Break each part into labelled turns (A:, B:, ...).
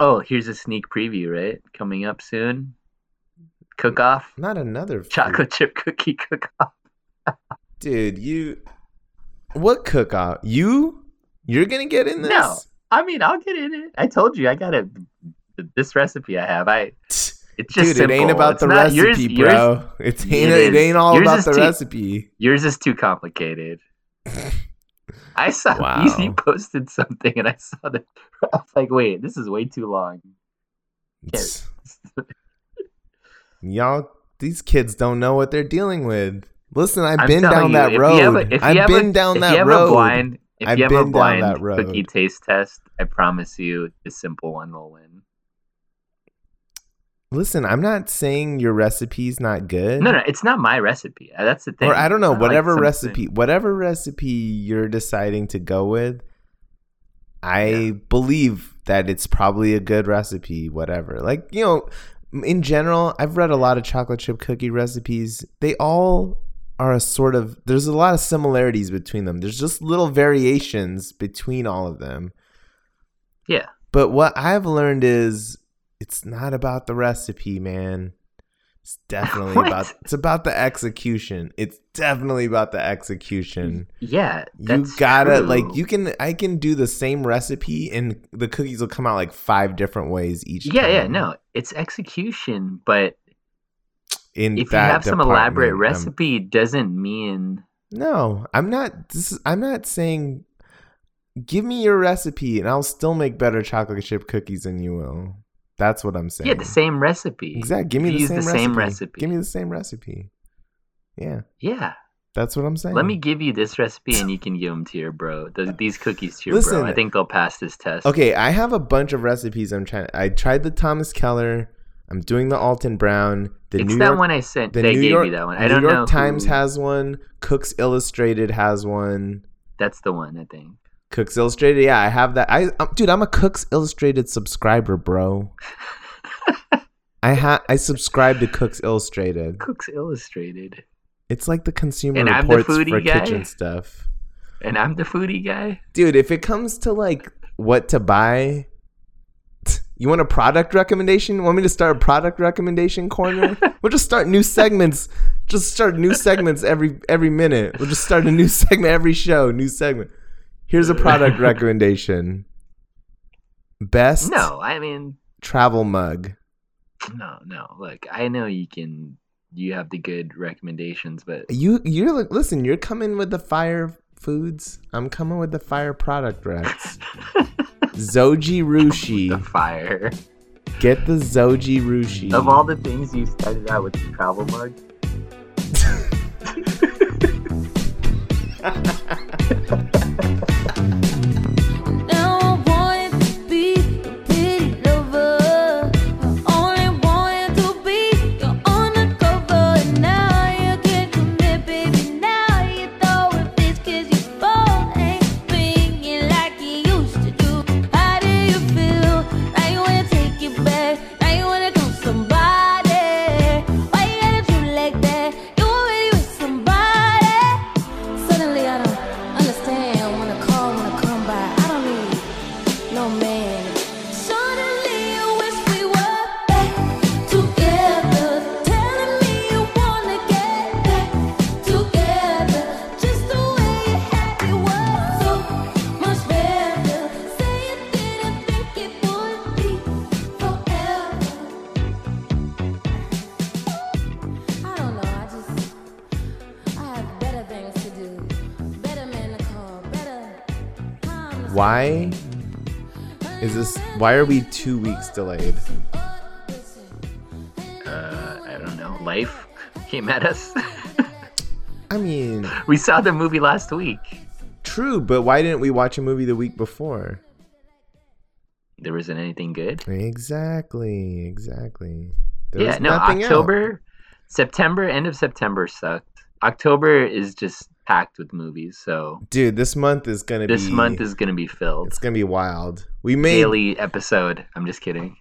A: Oh, here's a sneak preview, right? Coming up soon. Cook off.
B: Not another food.
A: Chocolate chip cookie cook off.
B: dude. You what cook off? You you're gonna get in this?
A: No. I mean, I'll get in it. I told you I got a this recipe I have. I it's just
B: Dude, it
A: simple.
B: ain't about
A: It's
B: the
A: not- yours-
B: recipe,
A: yours-
B: bro. It's
A: It
B: ain't, it
A: is.
B: ain't all
A: Yours
B: about
A: is
B: the
A: tea.
B: recipe.
A: Yours is too complicated. I saw
B: Wow.
A: you, you posted something, and I saw that. I was like, "Wait, this is way too long."
B: It's- Y'all, these kids don't know what they're dealing with. Listen, I've
A: I'm
B: been
A: telling
B: down
A: you,
B: that
A: if
B: road.
A: You have a, if you
B: I've
A: have
B: been
A: a,
B: down
A: if
B: that
A: you have
B: road.
A: A blind, if
B: I've
A: you have a
B: been down that
A: blind cookie
B: road.
A: taste test, I promise you, the simple one will win.
B: Listen, I'm not saying your recipe's not good.
A: No, no, it's not my recipe. Uh, That's the thing.
B: Or I don't
A: It's
B: know,
A: not like
B: whatever
A: something-
B: recipe, whatever recipe you're deciding to go with, I
A: Yeah.
B: believe that it's probably a good recipe, whatever. Like, you know, m- in general, I've read a lot of chocolate chip cookie recipes. They all are a sort of there's a lot of similarities between them. There's just little variations between all of them.
A: Yeah.
B: But what I've learned is it's not about the recipe, man. It's definitely
A: What?
B: about it's about the execution. It's definitely about the execution.
A: Yeah,
B: You
A: that's
B: gotta
A: true.
B: like you can I can do the same recipe and the cookies will come out like five different ways each
A: Yeah, yeah,
B: time.
A: no, it's execution, but
B: In
A: if you
B: that
A: have some elaborate
B: department, um, I'm-
A: recipe, it doesn't mean
B: No, I'm not. This is, I'm not saying. Give me your recipe, and I'll still make better chocolate chip cookies than you will. That's what I'm saying.
A: yeah the same recipe.
B: Exactly. Give me
A: If
B: the
A: you
B: same,
A: use
B: recipe.
A: recipe.
B: Give me the same recipe. Yeah,
A: yeah,
B: that's what I'm saying.
A: let me give you this recipe, and you can give them to your bro. Th- these cookies to your
B: Listen.
A: bro. I think they'll pass this test.
B: Okay, I have a bunch of recipes. I'm trying. I tried the Thomas Keller. I'm doing the Alton Brown. The
A: it's
B: New
A: that
B: York.
A: one I sent.
B: the
A: They
B: New
A: gave
B: York.
A: you that one. I
B: New
A: don't
B: York
A: know.
B: Times
A: who-
B: has one. Cooks Illustrated has one.
A: That's the one I think.
B: Cooks Illustrated. Yeah, I have that. I um, dude, I'm a Cooks Illustrated subscriber, bro. I ha I subscribe to Cooks Illustrated.
A: Cooks Illustrated,
B: It's like the consumer
A: And I'm the
B: reports for
A: foodie guy?
B: kitchen stuff.
A: and I'm the foodie guy.
B: Dude, if it comes to like what to buy, you want a product recommendation? Want me to start a product recommendation corner? we'll just start new segments. Just start new segments every every minute. We'll just start a new segment every show, new segment. Here's a product recommendation. Best
A: No, I mean,
B: travel mug.
A: no, no. Look, I know you can. You have the good recommendations, but
B: You you're like listen, you're coming with the fire foods. I'm coming with the fire product recs. Zoji
A: the
B: Rushi.
A: fire.
B: Get the Zoji Rushi.
A: Of all the things you started out with the travel mug,
C: Now I wanted to be your pity lover. I only wanted to be your undercover. And now you can't commit, baby. Now you throw it fits 'cause your phone ain't ringing like it used to do. How do you feel? Now you wanna take it back. Now you wanna go somebody. Why you gotta do like that? You already with somebody. Suddenly I don't understand when a call when I come by. I don't need no man. Suddenly you wish we were back together. Telling me you wanna get back together. Just the way you had it was so much better. Say you didn't think it would be forever. I don't know, I just I have better things to do. Better men to call. Better time to
B: why is this why are we two weeks delayed?
A: uh, I don't know. Life came at us.
B: I mean,
A: we saw the movie last week.
B: true, but why didn't we watch a movie the week before?
A: There wasn't anything good.
B: Exactly, exactly. There
A: yeah,
B: was
A: no.
B: nothing out.
A: October, September, end of September sucked. October is just packed with movies, so
B: Dude, this month is gonna
A: this
B: be
A: month is gonna be filled.
B: it's gonna be wild. We made
A: Daily episode. I'm just kidding.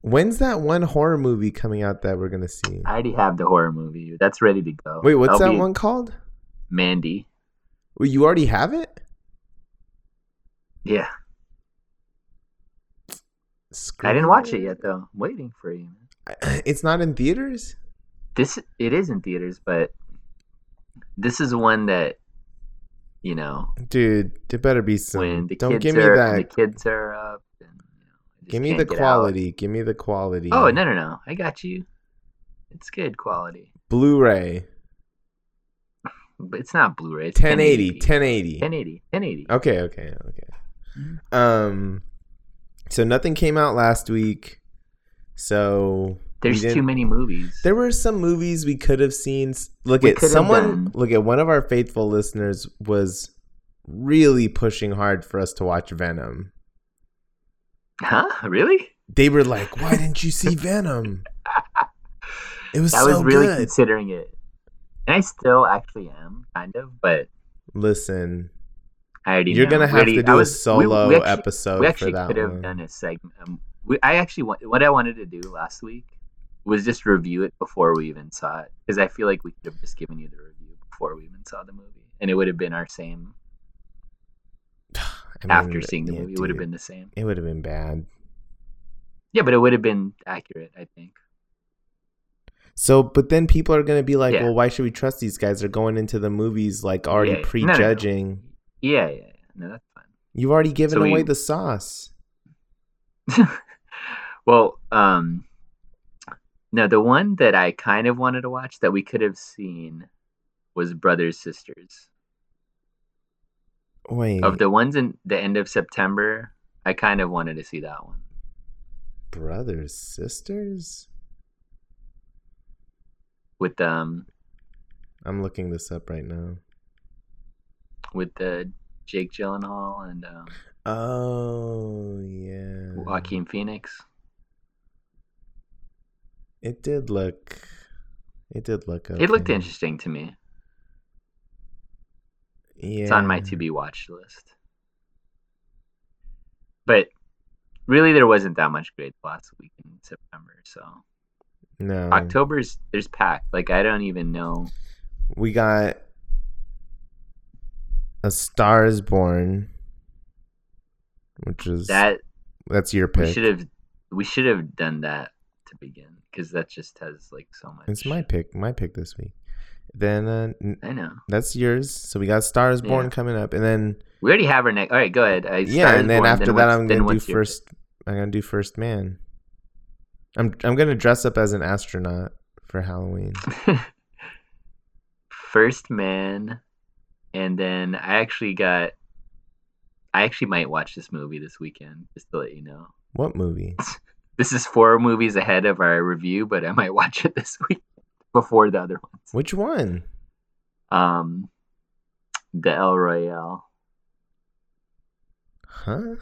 B: when's that one horror movie coming out that we're gonna see?
A: I already have the horror movie. That's ready to go.
B: Wait, what's
A: That'll
B: that
A: be
B: one called?
A: Mandy.
B: Well, you already have it?
A: Yeah.
B: Scream?
A: I didn't watch it yet though. I'm waiting for you.
B: It's not in theaters.
A: This it is in theaters, but this is one that you know
B: Dude, there better be some.
A: when the
B: um, Don't
A: kids
B: give me
A: are
B: that.
A: when the kids are up. And, you know, I just
B: give me
A: can't
B: the
A: get out.
B: quality. Give me the quality.
A: Oh no no no! I got you. It's good quality,
B: Blu-ray,
A: but it's not Blu-ray. It's
B: 1080,
A: 1080p.
B: 1080.
A: 1080, 1080.
B: Okay, okay, okay.
A: Mhm.
B: Um, so nothing came out last week. So we
A: There's too
B: didn't-
A: many movies.
B: There were some movies we could have seen. S- Look
A: We
B: at
A: could have
B: someone.
A: done.
B: Look at one of our faithful listeners was really pushing hard for us to watch Venom.
A: huh? Really?
B: They were like, "Why didn't you see Venom?" It was
A: I
B: so
A: was really
B: good.
A: considering it, and I still actually am kind of, but
B: Listen,
A: I already
B: you're
A: know.
B: gonna
A: We
B: have
A: already-
B: to
A: I
B: do
A: was-
B: a
A: we-
B: solo
A: we actually-
B: episode
A: we
B: for
A: actually
B: that
A: could have
B: one.
A: done a segment. Um, we, I actually wa- what I wanted to do last week was just review it before we even saw it because I feel like we could have just given you the review before we even saw the movie, and it would have been our same
B: I mean,
A: after seeing the
B: yeah,
A: movie. It would have
B: dude,
A: been the same.
B: It would have been bad.
A: Yeah, but it would have been accurate, I think.
B: So, but then people are going to be like,
A: Yeah.
B: well, why should we trust these guys? They're going into the movies like already
A: Yeah, yeah. No, no, no.
B: prejudging.
A: Yeah, yeah, yeah. no, that's fine.
B: You've already given
A: So we-
B: away the sauce.
A: well, um, no, the one that I kind of wanted to watch that we could have seen was Brothers Sisters.
B: Wait,
A: Of the ones in the end of September, I kind of wanted to see that one.
B: brothers, sisters?
A: With um
B: I'm looking this up right now.
A: with the Jake Gyllenhaal and um,
B: Oh, yeah.
A: Joaquin Phoenix.
B: It did look. It did look. Okay.
A: It looked interesting to me.
B: Yeah.
A: It's on my to be watched list. But really, there wasn't that much great last week in September. So
B: No.
A: October's there's packed. Like I don't even know.
B: We got A Star is Born, which is.
A: That
B: that's your
A: we
B: pick.
A: should have we should have done that to begin because that just has like so much.
B: It's my pick. My pick this week. Then uh, n-
A: I know.
B: that's yours. So we got Stars Born
A: Yeah.
B: coming up, and then
A: We already have our next. All right, go ahead. I
B: yeah,
A: Star is
B: and then
A: Born,
B: after that,
A: what's-
B: I'm
A: then
B: gonna do
A: what's your pick?
B: first. I'm gonna do First Man. I'm I'm gonna dress up as an astronaut for Halloween.
A: First Man, and then I actually got. I actually might watch this movie this weekend, just to let you know.
B: What movie?
A: This is four movies ahead of our review, but I might watch it this week before the other ones.
B: Which one?
A: Um, the El Royale.
B: Huh?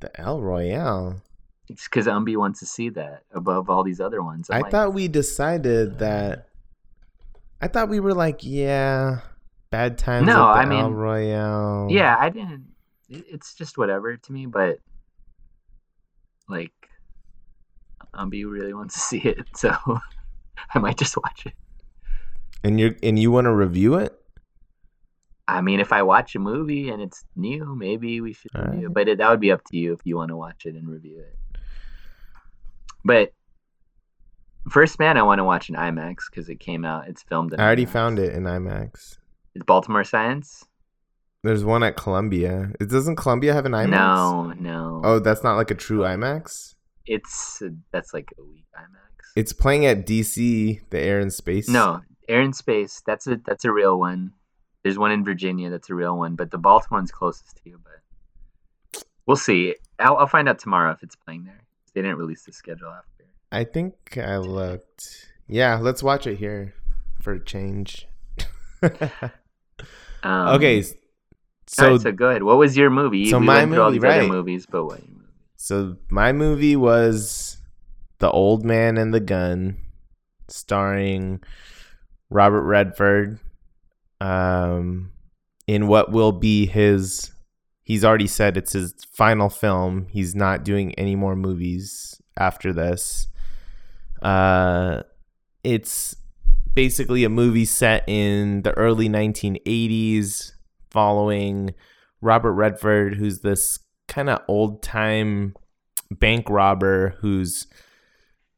B: The El Royale.
A: It's because Umbi wants to see that above all these other ones. I'm
B: I
A: like,
B: thought we decided that. I thought we were like, yeah, bad times.
A: No,
B: at the
A: I mean-
B: El Royale.
A: yeah, I didn't. it- It's just whatever to me, but like, Umbi really wants to see it, so I might just watch it.
B: and you and you want to review it?
A: I mean, if I watch a movie and it's new, maybe we should
B: All
A: review
B: right.
A: it. But it, that would be up to you if you want to watch it and review it. But First Man, I want to watch in IMAX because it came out. It's filmed. In
B: I already
A: IMAX.
B: found it in IMAX.
A: It's Baltimore Science.
B: There's one at Columbia. It doesn't Columbia have an IMAX?
A: No, no.
B: Oh, that's not like a true IMAX.
A: It's that's like a weak IMAX.
B: It's playing at DC, the Air and Space.
A: No, Air and Space. That's a that's a real one. There's one in Virginia that's a real one, but the Baltimore one's closest to you. But we'll see. I'll, I'll find out tomorrow if it's playing there. They didn't release the schedule after.
B: I think I looked. Yeah, let's watch it here for a change.
A: Um,
B: okay,
A: all
B: so
A: right, so go ahead. What was your movie?
B: so
A: we
B: my
A: went through all
B: movie,
A: these other
B: right.
A: movies, but what? your movie?
B: so my movie was The Old Man and the Gun, starring Robert Redford. Um, in what will be his, he's already said it's his final film. He's not doing any more movies after this. Uh, it's basically a movie set in the early 1980s, following Robert Redford, who's this kind of old time bank robber who's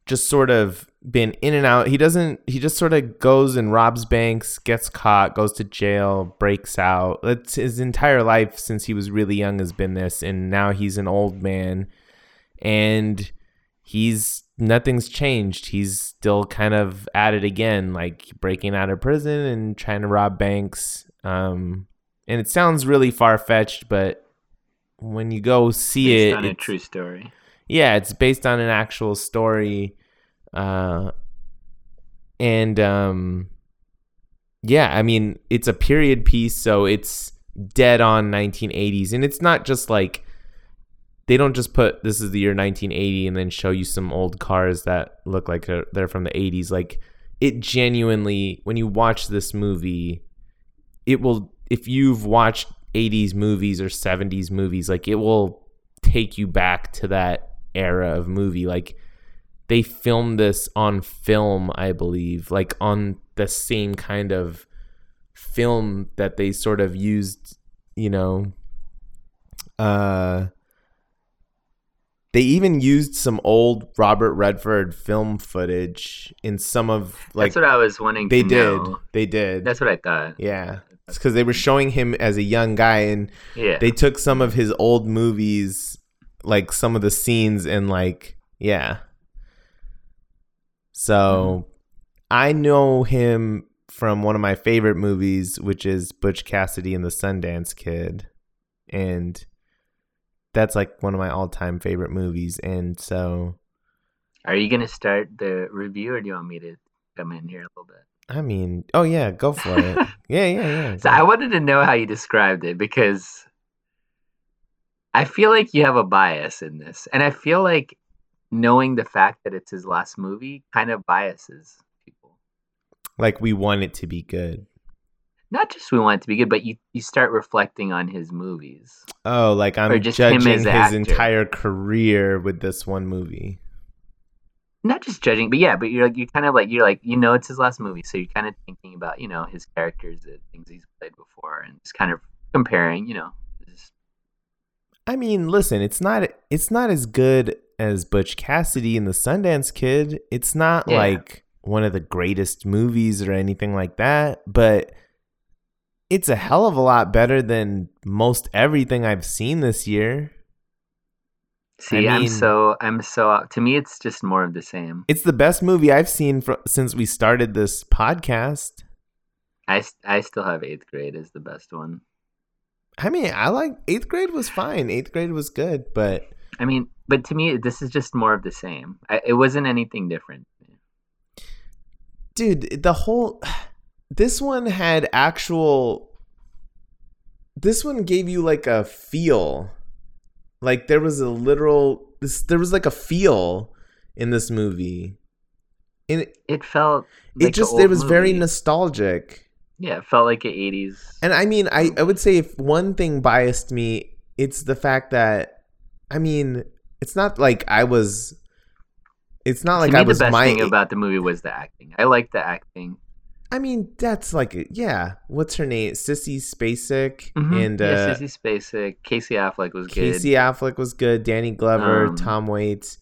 B: just sort of been in and out. He doesn't. He just sort of goes and robs banks, gets caught, goes to jail, breaks out. That's his entire life since he was really young has been this, and now he's an old man, and he's nothing's changed. He's still kind of at it again, like breaking out of prison and trying to rob banks. Um, and it sounds really far fetched, but when you go see
A: Based
B: it,
A: on a
B: it's-
A: true story.
B: yeah, it's based on an actual story. Uh, and um, yeah, I mean, it's a period piece, so it's dead on 1980s. And it's not just like they don't just put this is the year 1980 and then show you some old cars that look like they're they're from the 80s. Like, it genuinely, when you watch this movie, it will, if you've watched 80s movies or 70s movies, like, it will take you back to that era of movie. Like they filmed this on film, I believe, like on the same kind of film that they sort of used, you know. Uh they even used some old Robert Redford film footage in some of like
A: That's what I was wanting.
B: they
A: to
B: did.
A: know.
B: They did.
A: That's what I thought.
B: yeah. It's cuz they were showing him as a young guy and
A: Yeah.
B: they took some of his old movies, like some of the scenes, and like, yeah. So
A: Mm-hmm.
B: I know him from one of my favorite movies, which is Butch Cassidy and the Sundance Kid. And that's like one of my all time favorite movies. And so,
A: Are you gonna start the review, or do you want me to come in here a little bit?
B: I mean, oh, yeah, go for it. yeah, yeah, yeah.
A: So I wanted to know how you described it because I feel like you have a bias in this, and I feel like knowing the fact that it's his last movie kind of biases people.
B: like, we want it to be good.
A: Not just we want it to be good, but you you start reflecting on his movies.
B: Oh, like I'm
A: Or just him
B: judging
A: as
B: his
A: a actor.
B: entire career with this one movie.
A: Not just judging, but yeah, but you're like you kind of like you're like you know it's his last movie, so you're kind of thinking about you know his characters, the things he's played before, and just kind of comparing. You know, just
B: I mean, listen, it's not it's not as good as Butch Cassidy and the Sundance Kid. It's not
A: Yeah.
B: like one of the greatest movies or anything like that, but it's a hell of a lot better than most everything I've seen this year.
A: see, I'm
B: mean-
A: so I'm so to me it's just more of the same.
B: It's the best movie I've seen fr- since we started this podcast.
A: I, s- I still have eighth grade as the best one.
B: I mean, I like 8th grade was fine. 8th grade was good, but
A: I mean, but to me, this is just more of the same. I, it wasn't anything different.
B: dude the whole this one had actual this one gave you like a feel like there was a literal this there was like a feel in this movie and it,
A: It felt
B: it
A: like a
B: just
A: old
B: it was very
A: movie.
B: nostalgic
A: yeah, it felt like an eighties.
B: and I mean, I, I would say if one thing biased me, it's the fact that, I mean, it's not like I was, it's not like
A: to me,
B: I was
A: the best
B: my.
A: thing about the movie was the acting. I liked the acting.
B: I mean, that's like, a- yeah. What's her name? Sissy Spacek
A: Mhm.
B: and uh,
A: yeah, Sissy Spacek, Casey Affleck was good.
B: Casey Affleck was good. Danny Glover,
A: Um,
B: Tom Waits,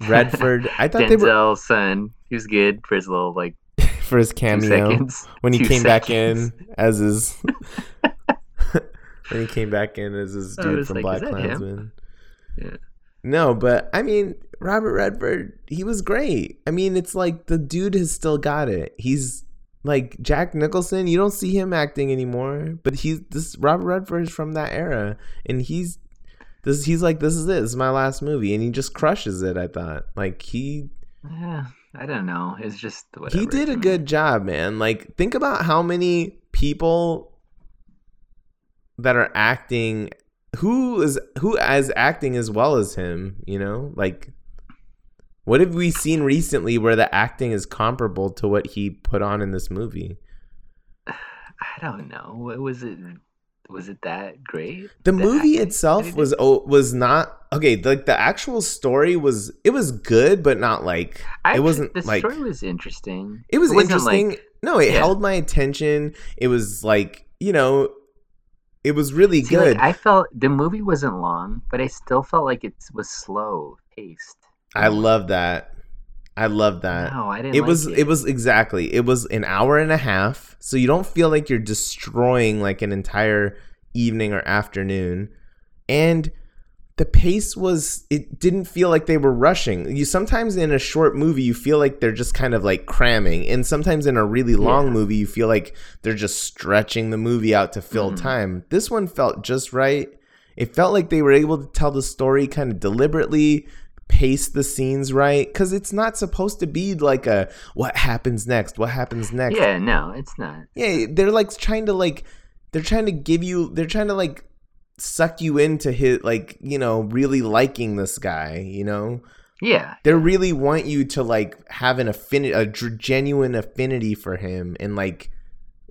B: Redford. I thought they were
A: Denzel's son, he was good for his little like
B: for his
A: two
B: cameo
A: seconds.
B: when he
A: Two
B: came back in
A: seconds.
B: as his when he came back in as his
A: I
B: dude
A: was
B: from
A: like,
B: Black
A: "Is that him?"
B: Klansman.
A: Yeah.
B: No, but I mean, Robert Redford, he was great. I mean, it's like the dude has still got it. He's like Jack Nicholson, you don't see him acting anymore, but he's this Robert Redford is from that era and he's this he's like this is it. This is my last movie and he just crushes it, I thought. Like he
A: Yeah, I don't know. It's just whatever.
B: he did
A: to
B: a
A: me.
B: good job, man. Like, think about how many people that are acting who is who as acting as well as him, you know? Like what have we seen recently where the acting is comparable to what he put on in this movie?
A: I don't know. What was it? Was it that great?
B: The movie
A: acting?
B: itself
A: Maybe.
B: was oh, was not okay, like the actual story was it was good but not like
A: I
B: it
A: actu-
B: wasn't
A: The
B: like
A: story was interesting.
B: It was
A: wasn't
B: interesting.
A: Like,
B: no, it
A: yeah.
B: held my attention. It was like, you know, It was really
A: See,
B: good.
A: like, I felt the movie wasn't long, but I still felt like it was slow paced.
B: I, love that. I love that.
A: No, I didn't.
B: Uh, it
A: like
B: was it. was exactly it was an hour and a half so you don't feel like you're destroying like an entire evening or afternoon and the pace was it didn't feel like they were rushing you sometimes in a short movie you feel like they're just kind of like cramming and sometimes in a really long
A: Yeah.
B: movie you feel like they're just stretching the movie out to fill
A: Mhm.
B: time this one felt just right it felt like they were able to tell the story kind of deliberately pace the scenes right because it's not supposed to be like a what happens next what happens next
A: Yeah, no, it's not.
B: yeah they're like trying to like they're trying to give you they're trying to like suck you into his like you know really liking this guy you know
A: Yeah,
B: they really want you to like have an affinity a dr- genuine affinity for him and like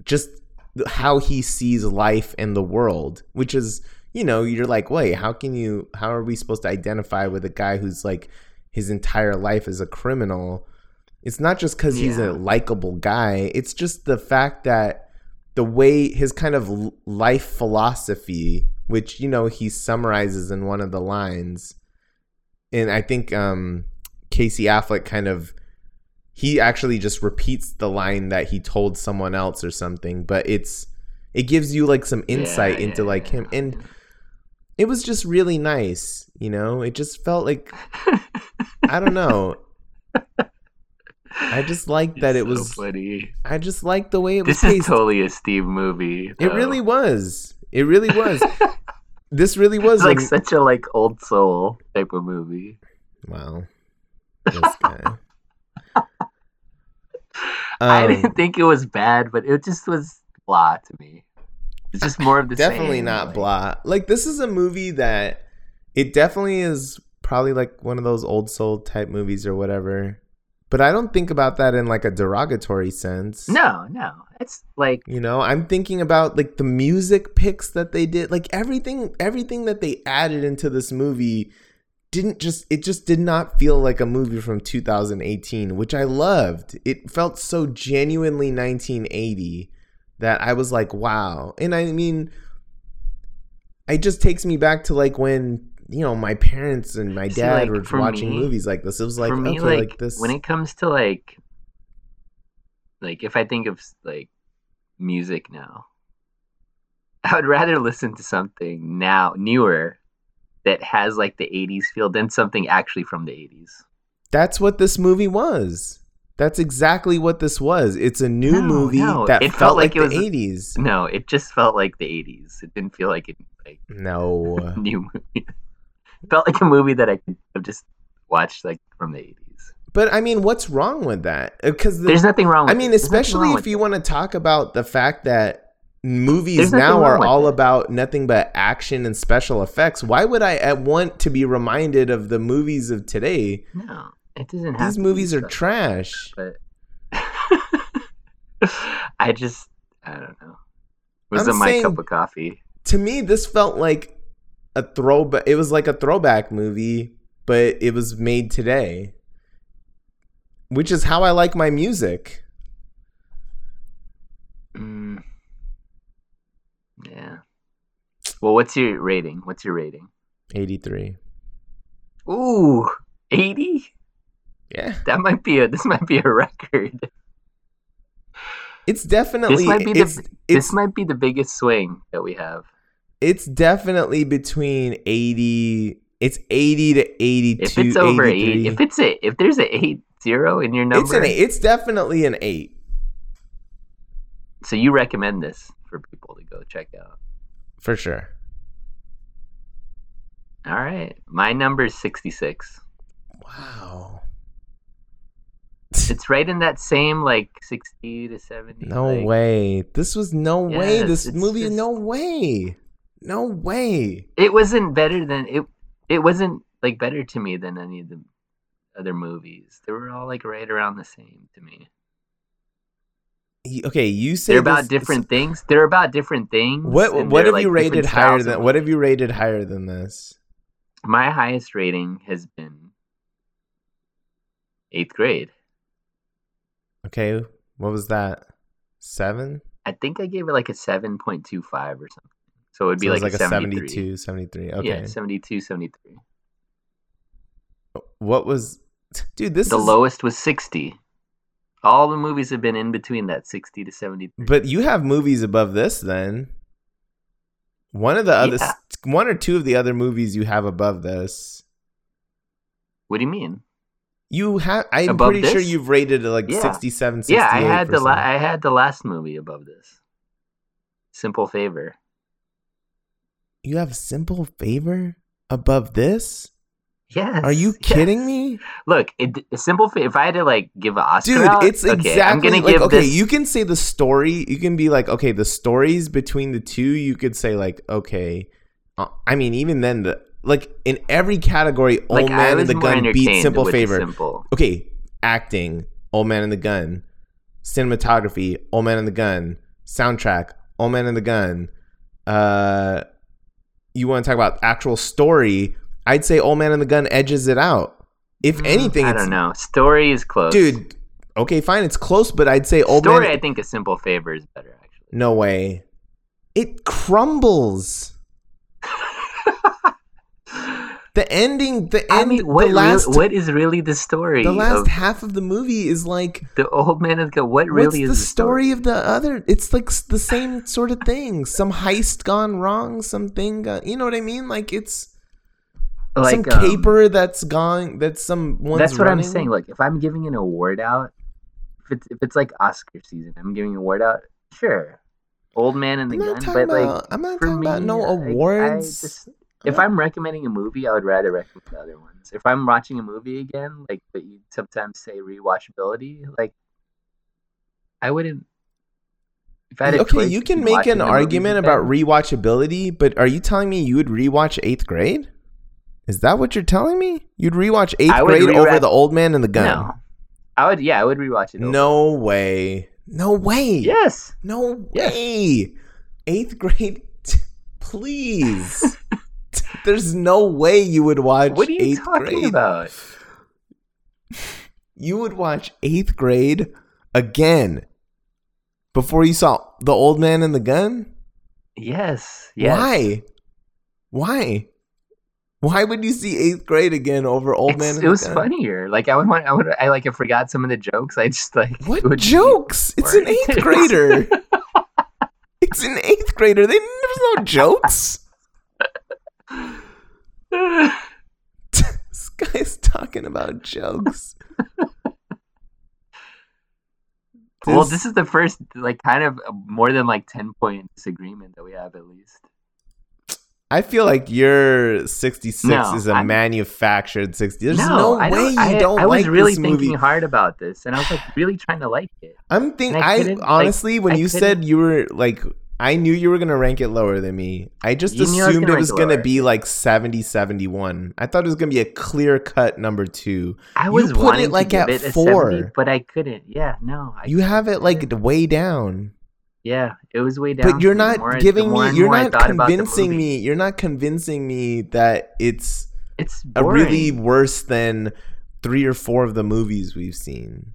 B: just th- how he sees life and the world which is you know you're like wait how can you how are we supposed to identify with a guy who's like his entire life is a criminal it's not just because he's
A: Yeah.
B: a likable guy it's just the fact that the way his kind of l- life philosophy which you know he summarizes in one of the lines and i think um casey affleck kind of he actually just repeats the line that he told someone else or something but it's it gives you like some insight
A: Yeah,
B: into
A: yeah,
B: like him
A: yeah.
B: and it was just really nice you know it just felt like i don't know i just liked that it
A: So
B: was
A: funny.
B: i just liked the way it was
A: This
B: paced
A: is totally a Steve movie.
B: it
A: though.
B: really was it really was this really was
A: It's like
B: an-
A: such a like old soul type of movie.
B: wow this guy
A: I
B: Um,
A: didn't think it was bad, but it just was blah to me. It's just more of the
B: definitely
A: same,
B: not
A: like-
B: blah. Like this is a movie that it definitely is probably like one of those old soul type movies or whatever. But I don't think about that in like a derogatory sense.
A: No, no. It's like
B: You know, I'm thinking about like the music picks that they did, like everything everything that they added into this movie didn't just it just did not feel like a movie from 2018, which I loved. It felt so genuinely 1980 that I was like, wow. And I mean it just takes me back to like when you know my parents and my
A: See,
B: dad
A: like,
B: were
A: for
B: watching
A: me-
B: movies like this. It was like
A: for me,
B: okay,
A: like,
B: like, this.
A: when it comes to like, like if I think of like music now, I would rather listen to something now newer that has like the '80s feel than something actually from the '80s.
B: That's what this movie was. That's exactly what this was. It's a new
A: No,
B: movie
A: no,
B: that
A: it
B: felt
A: felt
B: like,
A: like it
B: the
A: was-
B: 80s.
A: No, it just felt like the '80s. It didn't feel like it like
B: No.
A: new movie. it felt like a movie that I could have just watched like from the '80s.
B: But I mean, what's wrong with that? Because
A: There's nothing wrong.
B: I
A: With it.
B: mean,
A: There's nothing
B: especially
A: wrong
B: if
A: with
B: you want to talk about the fact that movies
A: There's nothing
B: now
A: wrong
B: are
A: with
B: all
A: it.
B: about nothing but action and special effects. Why would I uh, want to be reminded of the movies of today?
A: it. no, it doesn't. have
B: These
A: to be
B: movies are
A: stuff.
B: trash.
A: but I just I don't know. It wasn't
B: I'm
A: my
B: saying-
A: cup of coffee.
B: to me this felt like a throwback it was like a throwback movie but it was made today which is how i like my music
A: Mm. Yeah. Well, what's your rating? What's your rating?
B: 83
A: Ooh, 80?
B: yeah
A: That might be a this might be a record.
B: it's definitely
A: This might be the-
B: it's, it's,
A: this might be the biggest swing that we have.
B: it's definitely between 80 it's 80 to 82
A: If it's over
B: 83.
A: eight, if it's a if there's a eight zero in your
B: it's
A: number,
B: an eight. it's definitely an 8
A: so you recommend this for people to go check out.
B: for sure
A: All right, my number is sixty six.
B: wow
A: It's right in that same like sixty to seventy.
B: No
A: like-
B: way. This was no way.
A: Yes,
B: This
A: it's
B: movie,
A: just-
B: no way. No way.
A: It wasn't better than it. It wasn't like better to me than any of the other movies. They were all like right around the same to me.
B: Y- Okay, you say
A: They're about
B: this-
A: different things. They're about different things.
B: What
A: and
B: what
A: they're,
B: have
A: like,
B: you
A: different
B: rated higher
A: styles of
B: than what have
A: movies.
B: you rated higher than this?
A: My highest rating has been eighth grade.
B: Okay, what was that? Seven?
A: I think I gave it like a seven point two five or something. So it would be
B: So
A: like,
B: it's like
A: a
B: a
A: 73.
B: 72, 73. Okay.
A: Yeah, 72, 73.
B: What was, dude? This
A: the
B: is,
A: lowest was 60. All the movies have been in between that 60 to 70.
B: But you have movies above this then. One of the other
A: Yeah.
B: one or two of the other movies you have above this.
A: What do you mean?
B: You have I'm
A: Above
B: pretty sure
A: this?
B: you've rated it like
A: Yeah.
B: 67
A: Yeah, I had the la-
B: last.
A: I had the last movie above this. Simple favor.
B: You have Simple Favor above this?
A: Yes.
B: Are you
A: yes.
B: kidding me?
A: Look, it, a simple. Fa- if I had to like give an Oscar,
B: Dude,
A: out,
B: it's
A: okay,
B: exactly
A: I'm gonna
B: like
A: give
B: okay,
A: this.
B: you can say the story, you can be like okay, the stories between the two, you could say like okay, uh, I mean even then the like in every category, Old
A: like I
B: Man
A: was
B: and the
A: more
B: Gun beat
A: entertained
B: Simple
A: with
B: Favor.
A: Simple.
B: okay, acting, Old Man and the Gun, cinematography, Old Man and the Gun, soundtrack, Old Man and the Gun. Uh, you want to talk about actual story? I'd say Old Man and the Gun edges it out. If anything,
A: Mm, I
B: it's
A: don't know. Story is close,
B: dude. Okay, fine, it's close, but I'd say Old
A: Story, I
B: Man.
A: think, a simple favor is better. Actually,
B: No way, it crumbles. the ending, the end,
A: I mean, what
B: the last,
A: real, what is really the story?
B: the last
A: of
B: half of the movie is like
A: the old man is got what
B: What's
A: really is
B: the story of the other? It's like s- the same sort of thing. Some heist gone wrong. Something, gone, you know what I mean? Like it's
A: Like,
B: some
A: um,
B: caper that's gone. That's some one's
A: That's what
B: running.
A: I'm saying. Like, if I'm giving an award out, if it's if it's like Oscar season, I'm giving an award out. Sure, old man and the
B: I'm not
A: gun,
B: talking
A: but like.
B: about. I'm not
A: for
B: talking
A: me,
B: about no
A: I- I
B: awards.
A: just- if I'm recommending a movie, I would rather recommend the other ones. If I'm watching a movie again, like but you sometimes say rewatchability, like I wouldn't. If I had a
B: okay,
A: choice
B: you can
A: between
B: make
A: watching
B: an
A: the movies
B: argument
A: again-
B: about rewatchability, but are you telling me you would rewatch Eighth Grade? Is that what you're telling me? You'd rewatch Eighth
A: I would
B: Grade over
A: rewatch-
B: the Old Man and the Gun?
A: No, I would. Yeah, I would rewatch it. over.
B: no way. No way.
A: Yes.
B: No
A: Yeah.
B: way. Eighth grade, please. There's no way you would watch.
A: What are you
B: eighth
A: talking
B: grade.
A: about?
B: You would watch eighth grade again before you saw the old man and the gun.
A: Yes. Yes.
B: Why? Why? Why would you see eighth grade again over old
A: It's-
B: man? And
A: it was
B: the gun?
A: funnier. Like I would want. I would. I like. I forgot some of the jokes. I just like. it
B: What
A: would be-
B: jokes? It's an
A: boring.
B: eighth grader. it's an eighth grader. They there's no jokes. this guy's talking about jokes.
A: Well, this is the first, like, kind of more than like 10 point disagreement that we have, at least.
B: I feel like your 66
A: No,
B: is a
A: I'm-
B: manufactured 60. There's no,
A: I
B: way
A: don't-
B: you
A: I,
B: don't
A: I was
B: like
A: really
B: this
A: thinking
B: movie.
A: hard about this, and I was like really trying to like it.
B: I'm think
A: and I
B: I,
A: couldn't, like,
B: honestly, when
A: I
B: you said
A: couldn't-
B: you were like, I knew you were gonna rank it lower than me. I just
A: You knew I was
B: assumed
A: gonna
B: it was
A: rank it
B: gonna
A: lower.
B: be like 70, 71. I thought it was gonna be a clear cut number two.
A: I
B: You
A: was
B: put it,
A: wanting
B: like,
A: to
B: at
A: give it a
B: four.
A: 70, but I couldn't. Yeah, no. I,
B: You have it like way down.
A: yeah, it was way down.
B: but you're
A: for me. The
B: not
A: more I- the
B: giving
A: more
B: me
A: and
B: you're
A: more I
B: not
A: thought about the
B: convincing
A: movie,
B: me you're not convincing me that it's
A: It's
B: a
A: boring.
B: really worse than three or four of the movies we've seen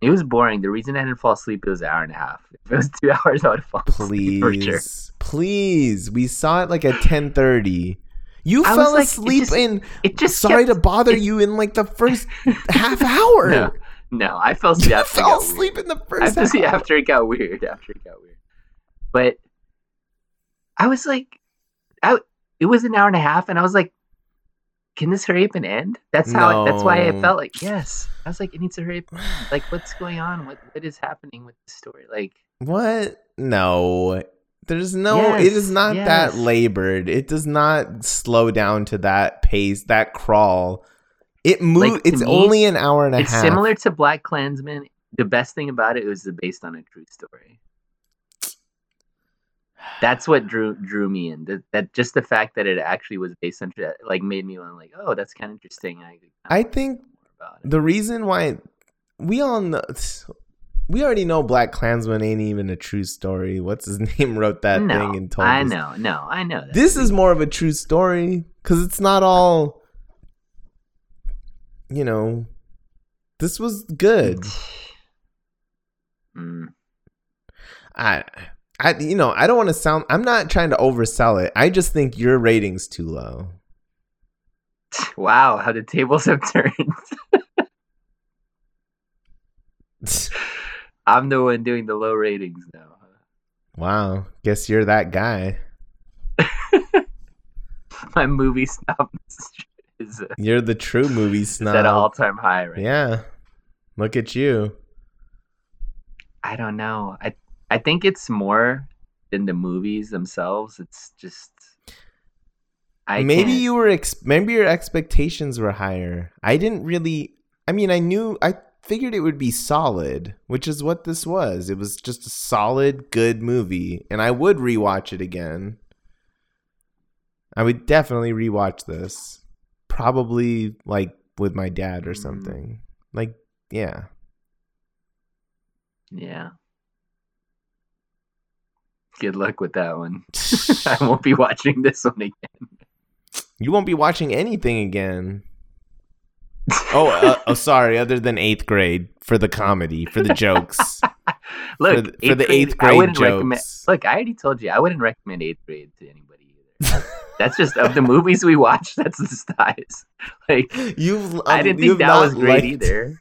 A: It was boring. The reason I didn't fall asleep it was an hour and a half. If it was two hours, I would have fallen asleep for sure.
B: please please we saw it like at 10:30 you
A: I was
B: fell
A: like, it
B: asleep
A: just-
B: in
A: It just
B: sorry to
A: kept-
B: bother you in like the first half hour
A: No, no, I fell
B: you
A: asleep. after it
B: fell
A: got weird.
B: asleep in the first
A: after,
B: half
A: see,
B: hour.
A: after it got weird. After it got weird. But I was like, I it was an hour and a half, and I was like, can this hurry up and end? That's how. That's why I
B: No.
A: felt like yes. I was like, it needs to hurry up. and end. Like, what's going on? What what is happening with the story? Like,
B: What? No. There's no it
A: Yes,
B: is not
A: yes.
B: that labored. It does not slow down to that pace, that crawl. It moves
A: Like, to
B: it's
A: me,
B: only an hour and a
A: it's
B: half.
A: similar to Black Klansman. The best thing about it was the based on a true story. That's what drew drew me in. That, that just the fact that it actually was based on true- like made me want like, oh, that's kind of interesting. I,
B: I think
A: about it.
B: the reason why we all know we already know Black Klansman ain't even a true story. What's his name wrote that
A: no,
B: thing and told
A: I
B: us.
A: know, no, I know. That.
B: This is more of a true story because it's not all you know. This was good.
A: Mm.
B: I I you know I don't want to sound. I'm not trying to oversell it. I just think your ratings too low.
A: Wow, how the tables have turned. I'm the one doing the low ratings now.
B: wow, guess you're that guy.
A: My movie snob is, uh,
B: You're the true movie
A: is at an all
B: snob.
A: time high right
B: Yeah, look at you.
A: I don't know. I I think it's more than the movies themselves. It's just I
B: maybe
A: can't-
B: you were ex- maybe your expectations were higher. I didn't really. I mean, I knew I figured it would be solid, which is what this was. It was just a solid, good movie, and I would rewatch it again. I would definitely rewatch this, probably like with my dad or
A: Mm.
B: something. Like, yeah,
A: yeah. Good luck with that one. I won't be watching this one again.
B: you won't be watching anything again. Oh, uh, oh, sorry. Other than eighth grade for the comedy, for the jokes.
A: Look,
B: for the- for the eighth
A: I
B: grade
A: wouldn't recommend.
B: jokes.
A: Look, I already told you I wouldn't recommend eighth grade to anybody either. that's just of the movies we watch. That's the size. Like
B: You've um,
A: I didn't think
B: you've
A: that
B: not
A: was great
B: liked-
A: either.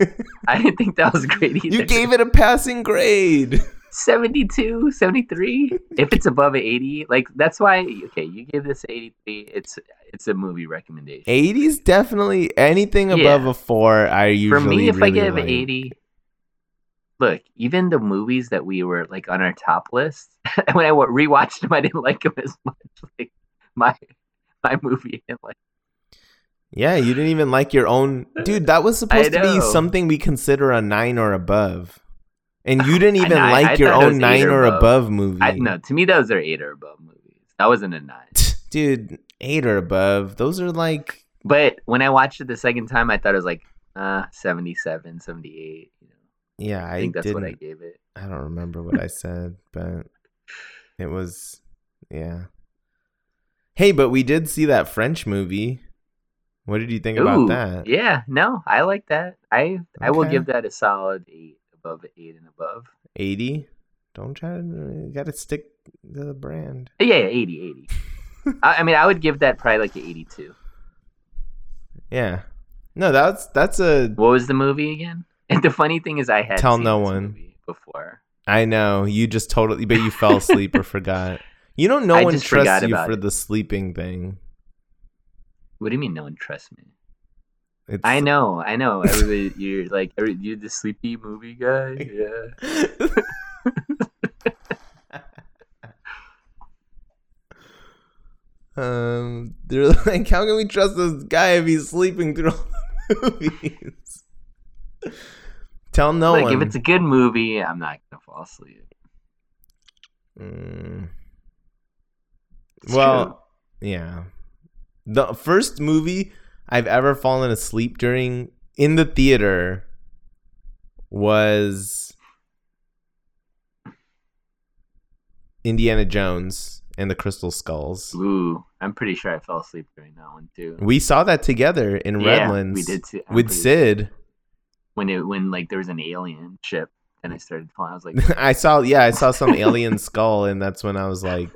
A: I didn't think that was great either.
B: You gave it a passing grade.
A: 72 73 if it's above an 80 like that's why okay you give this 83 it's it's a movie recommendation
B: 80s definitely anything
A: Yeah.
B: above a 4 I
A: for
B: usually
A: me if i
B: really
A: give
B: like.
A: an 80 look even the movies that we were like on our top list when i wa- rewatched them i didn't like them as much like my my movie and like
B: Yeah, you didn't even like your own Dude, that was supposed to be
A: know.
B: something we consider a 9 or above. And you didn't even
A: know, I-
B: like
A: I
B: your
A: thought it was
B: own 9
A: eight or
B: or
A: above.
B: above movie.
A: i no to me those are eight or above movies that wasn't a nine
B: Dude, 8 or above. Those are like
A: but when i watched it the second time i thought it was like uh 77 78 you know
B: yeah, I,
A: i think that's
B: didn't
A: what i gave it
B: I don't remember what I said, but it was yeah. Hey, but we did see that French movie. What did you think about
A: Ooh,
B: that?
A: Yeah, no, I like that. I I will
B: Okay.
A: give that a solid eight above eight and above.
B: 80? Don't try to you got to stick to the brand.
A: Yeah, yeah 80, 80. I, I mean, I would give that probably like an 82.
B: Yeah. No, that's that's a
A: What was the movie again? And the funny thing is, I had
B: Tell
A: seen
B: No
A: this
B: One.
A: movie before.
B: I know. You just totally but you fell asleep or forgot. You know no
A: I
B: one
A: just forgot
B: trusts you
A: about
B: for
A: it.
B: the sleeping thing.
A: What do you mean no one trusts me?
B: It's
A: I know, I know. Everybody, you're like, every- you're the sleepy movie guy. Yeah.
B: um, they're like, how can we trust this guy if he's sleeping through all the movies? Tell no
A: Like,
B: one.
A: if it's a good movie, I'm not gonna fall asleep.
B: Mm,
A: It's
B: well,
A: true.
B: yeah, the first movie I've ever fallen asleep during in the theater was Indiana Jones and the Crystal Skulls.
A: Ooh, I'm pretty sure I fell asleep during that one too.
B: We saw that together in
A: Yeah,
B: Redlands
A: we did too. I'm
B: with
A: pretty-
B: Sid.
A: when it when like there was an alien ship and I started flying. I was like,
B: I saw, yeah, I saw some alien skull, and that's when I was like,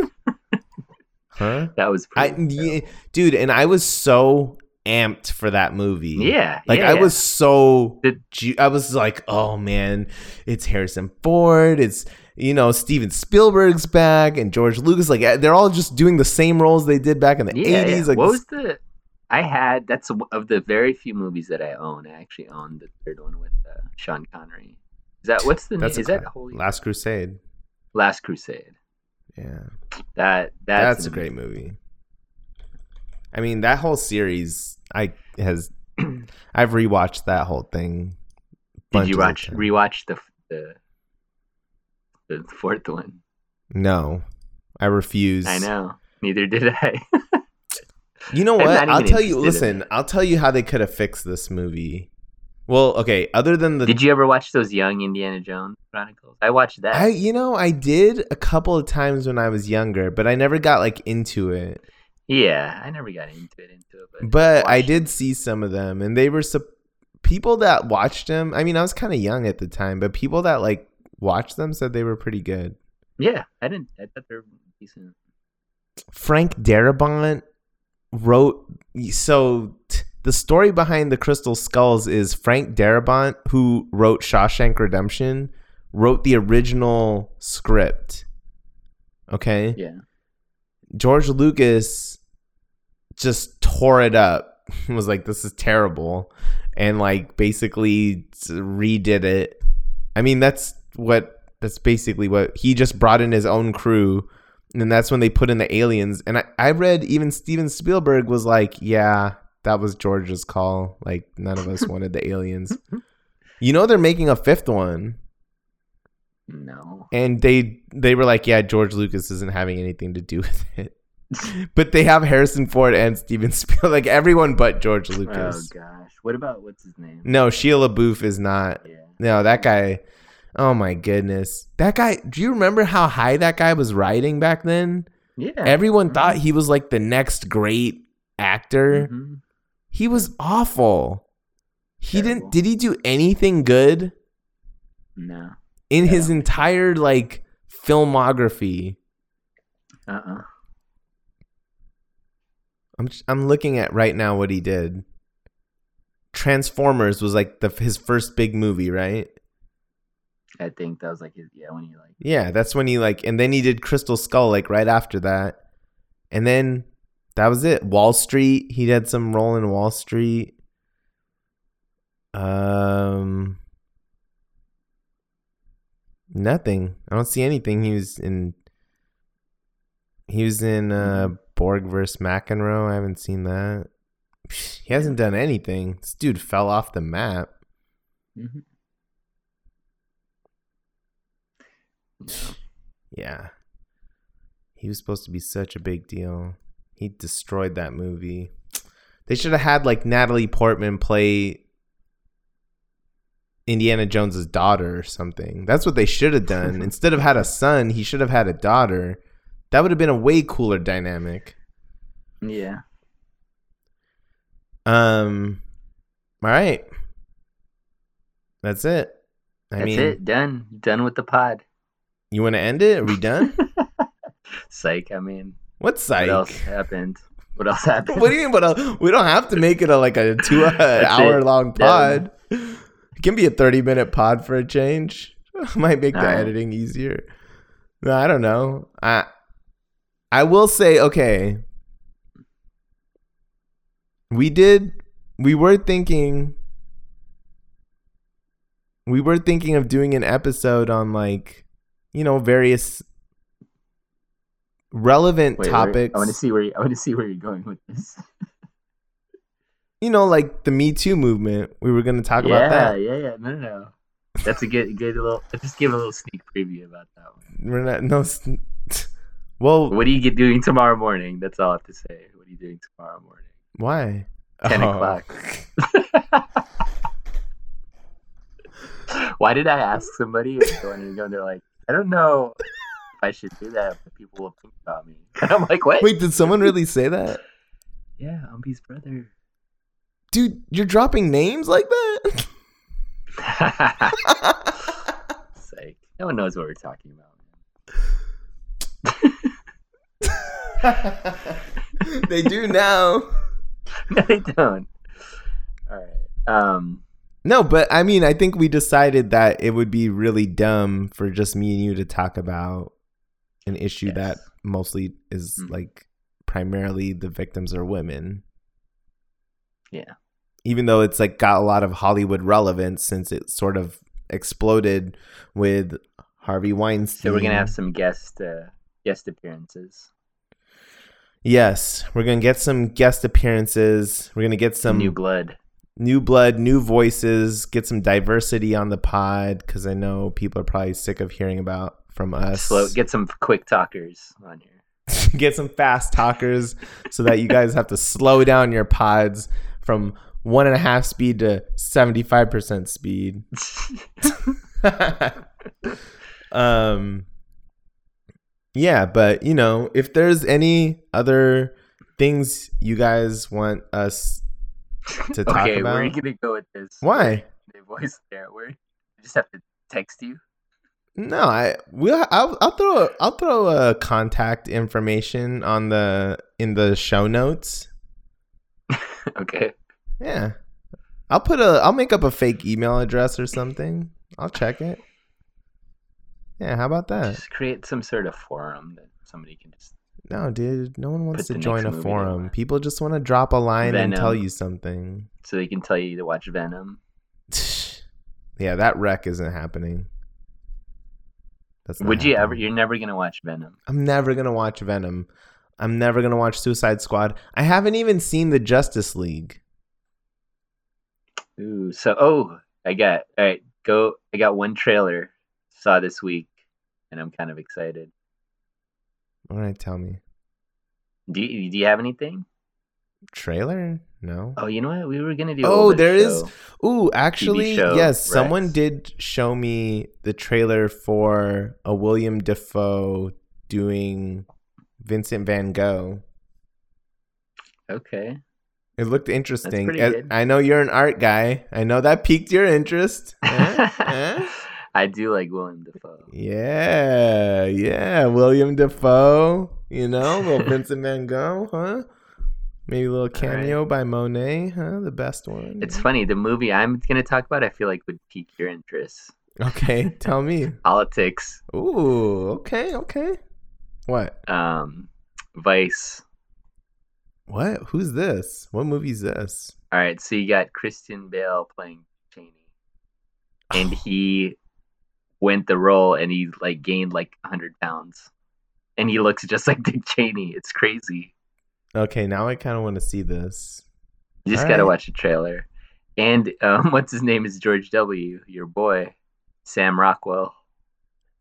B: "Huh,
A: that was
B: I,
A: pretty.
B: yeah, dude!" And I was so amped for that movie.
A: yeah,
B: like
A: yeah,
B: I
A: yeah.
B: was so,
A: Did-
B: ju- I was like, "Oh man, it's Harrison Ford, it's you know Steven Spielberg's back, and George Lucas. Like eh, they're all just doing the same roles they did back in the
A: Yeah, yeah.
B: '80s. Like
A: what was the? I had that's w- of the very few movies that I own. I actually own the third one with uh, Sean Connery. Is that what's the name?
B: that's
A: Is
B: a
A: that Holy Last,
B: Last Crusade.
A: Crusade?
B: Yeah.
A: That that's,
B: That's, a great movie. I mean, that whole series, I has, I've rewatched that whole thing.
A: Did you
B: bunches
A: watch
B: of times.
A: rewatch the the the fourth one?
B: No, I refuse.
A: I know. Neither did I.
B: You know
A: I'm
B: what?
A: not
B: I'll
A: even
B: tell you.
A: interested in
B: Listen, I'll tell you how they could have fixed this movie. Well, okay. Other than the,
A: did you ever watch those young Indiana Jones Chronicles? I watched that.
B: I, you know, I did a couple of times when I was younger, but I never got like into it.
A: Yeah, I never got into it into it, but,
B: but I
A: watched
B: did see some of them, and they were sup- people that watched them. I mean, I was kind of young at the time, but people that like watched them said they were pretty good.
A: Yeah, I didn't. I thought they were decent.
B: Frank Darabont wrote so t- the story behind the Crystal Skulls is Frank Darabont who wrote Shawshank Redemption wrote the original script. Okay?
A: Yeah,
B: George Lucas just tore it up. was like this is terrible and like basically s- redid it. I mean, that's what that's basically what he just brought in his own crew and that's when they put in the aliens and I, I read even Steven Spielberg was like, "Yeah, that was George's call. Like none of us wanted the aliens." You know they're making a fifth one
A: no.
B: and they they were like, yeah, George Lucas isn't having anything to do with it. but they have Harrison Ford and Steven Spielberg, like everyone but George
A: Oh
B: Lucas.
A: gosh, what about what's his name?
B: no, Sheila Booth is not.
A: Yeah,
B: No, that guy. Oh my goodness, that guy. Do you remember how high that guy was riding back then?
A: yeah. Mm-hmm.
B: Everyone thought he was like the next great actor.
A: Mhm.
B: He was awful. He
A: Terrible.
B: didn't. Did he do anything good
A: No.
B: in
A: Yeah.
B: his entire like filmography?
A: Uh. uh
B: I'm j- I'm looking at right now what he did. Transformers was like the his first big movie, right?
A: I think that was like his. Yeah, when he like.
B: Yeah, that's when he like and then he did Crystal Skull like right after that. And then that was it. Wall Street, he had some role in Wall Street. Um Nothing. I don't see anything. He was in He was in uh Borg vs. McEnroe. I haven't seen that. He hasn't done anything. This dude fell off the map.
A: mhm.
B: Yeah. He was supposed to be such a big deal. He destroyed that movie. They should have had like Natalie Portman play Indiana Jones's daughter or something. That's what they should have done. Instead of had a son, he should have had a daughter. That would have been a way cooler dynamic.
A: Yeah.
B: Um all right. That's it. I
A: That's
B: mean,
A: it. Done. Done with the pod.
B: you want to end it? Are we done?
A: Psych. I mean,
B: What's psych?
A: what else happened? What else happened?
B: what do you mean? But uh, we don't have to make it a like a two uh,
A: That's
B: hour
A: it.
B: long
A: Done.
B: pod. It can be a thirty minute pod for a change. Might make the
A: Alright.
B: editing easier. No, I don't know. I I will say okay. We did. We were thinking. We were thinking of doing an episode on like, you know, various relevant
A: Wait, where-
B: topics
A: I want to see where you, I want to see where you're going with this.
B: you know, like the Me Too movement. We were going to talk
A: yeah,
B: about that.
A: yeah, yeah. No, no, no. That's a good, good little. Just give a little sneak preview about that one.
B: We're not no. s- Well,
A: What are you get doing tomorrow morning? That's all I have to say. What are you doing tomorrow morning?
B: why?
A: 10
B: Oh.
A: o'clock. Why did I ask somebody if they wanted to go? And they're like, I don't know if I should do that, but people will think about me. And I'm like, what?
B: Wait, did someone really say that?
A: Yeah, Umpy's brother.
B: Dude, you're dropping names like that?
A: Psych. No one knows what we're talking about.
B: they do now.
A: No, they don't. All right. Um.
B: No, but I mean, I think we decided that it would be really dumb for just me and you to talk about an issue
A: Yes.
B: that mostly is
A: Mhm.
B: like primarily the victims are women.
A: Yeah.
B: Even though it's like got a lot of Hollywood relevance since it sort of exploded with Harvey Weinstein.
A: So we're gonna have some guest uh, guest appearances.
B: Yes, we're gonna get some guest appearances. We're gonna get some
A: New blood.
B: new blood, new voices, get some diversity on the pod because I know people are probably sick of hearing about from us.
A: Slow. Get some quick talkers on here.
B: get some fast talkers so that you guys have to slow down your pods from one and a half speed to 75% speed. um, yeah, but you know, if there's any other things you guys want us to talk
A: okay,
B: about,
A: we're gonna go with this.
B: why?
A: The voice there. We're I just have to text you.
B: No, I will. I'll, I'll throw. I'll throw a contact information on the in the show notes.
A: Okay.
B: Yeah, I'll put a. I'll make up a fake email address or something. I'll check it. Yeah, how about that?
A: Just create some sort of forum that somebody can just.
B: No, dude, no one wants
A: Put
B: to
A: the
B: join
A: next
B: a
A: movie
B: forum.
A: down.
B: People just want to drop a line and tell
A: Venom.
B: you something.
A: So they can tell you to watch Venom.
B: yeah, that wreck isn't happening. That's not
A: Would you ever?
B: happening.
A: You're never gonna watch Venom.
B: I'm never gonna watch Venom. I'm never gonna watch Suicide Squad. I haven't even seen the Justice League.
A: Ooh. So oh, I got all right. Go. I got one trailer saw this week, and I'm kind of excited.
B: All right, tell me.
A: Do you, do you have anything?
B: Trailer? No.
A: Oh, you know what? We were gonna do.
B: Oh,
A: Olga's
B: there is-
A: show.
B: Ooh, actually,
A: show,
B: yes. Someone
A: Rex.
B: did show me the trailer for a William Defoe doing Vincent Van Gogh.
A: Okay.
B: It looked interesting.
A: pretty
B: I-
A: good.
B: I know you're an art guy. I know that piqued your interest. Eh? Eh?
A: I do like Willem Dafoe.
B: Yeah, yeah. William Defoe, you know, little Vincent Van Gogh, huh? Maybe a little
A: All right.
B: cameo by Monet, huh? The best one.
A: It's funny. The movie I'm gonna talk about, I feel like would pique your interest.
B: okay. Tell me.
A: Politics,
B: Ooh. Okay. Okay. What?
A: um, Vice.
B: What? Who's this? What movie's this?
A: All right, so you got Christian Bale playing Cheney, and he went the role, and he like gained like hundred pounds, and he looks just like Dick Cheney. It's crazy.
B: Okay. Now I kind of want to see this.
A: You just
B: All
A: gotta
B: right.
A: watch the trailer. And um, what's his name is George W. Your boy, Sam Rockwell.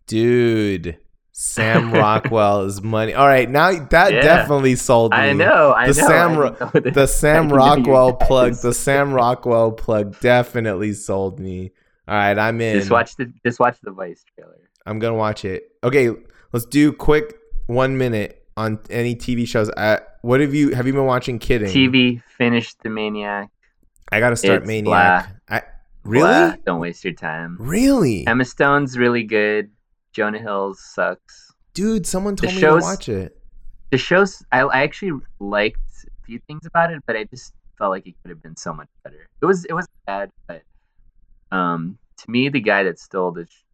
B: Dude, Sam Rockwell is money. All right. Now that
A: Yeah.
B: definitely sold me.
A: I know. I
B: The
A: know.
B: Sam
A: I
B: Ro-
A: know that-
B: the Sam
A: know you
B: Rockwell
A: guys.
B: plug. The Sam Rockwell plug definitely sold me. All right, I'm in.
A: Just watch the just watch the Vice trailer.
B: I'm gonna watch it. Okay, let's do quick one minute on any TV shows. Uh, what have you have you been watching? Kidding.
A: TV finished the Maniac.
B: I gotta start
A: It's
B: Maniac. I really,
A: Blah, don't waste your time.
B: really,
A: Emma Stone's really good. Jonah Hill sucks.
B: dude. Someone told
A: the
B: me
A: show's-
B: to watch it.
A: the show's I, I actually liked a few things about it but i just felt like it could have been so much better it was it was bad but um to me the guy that stole the sh-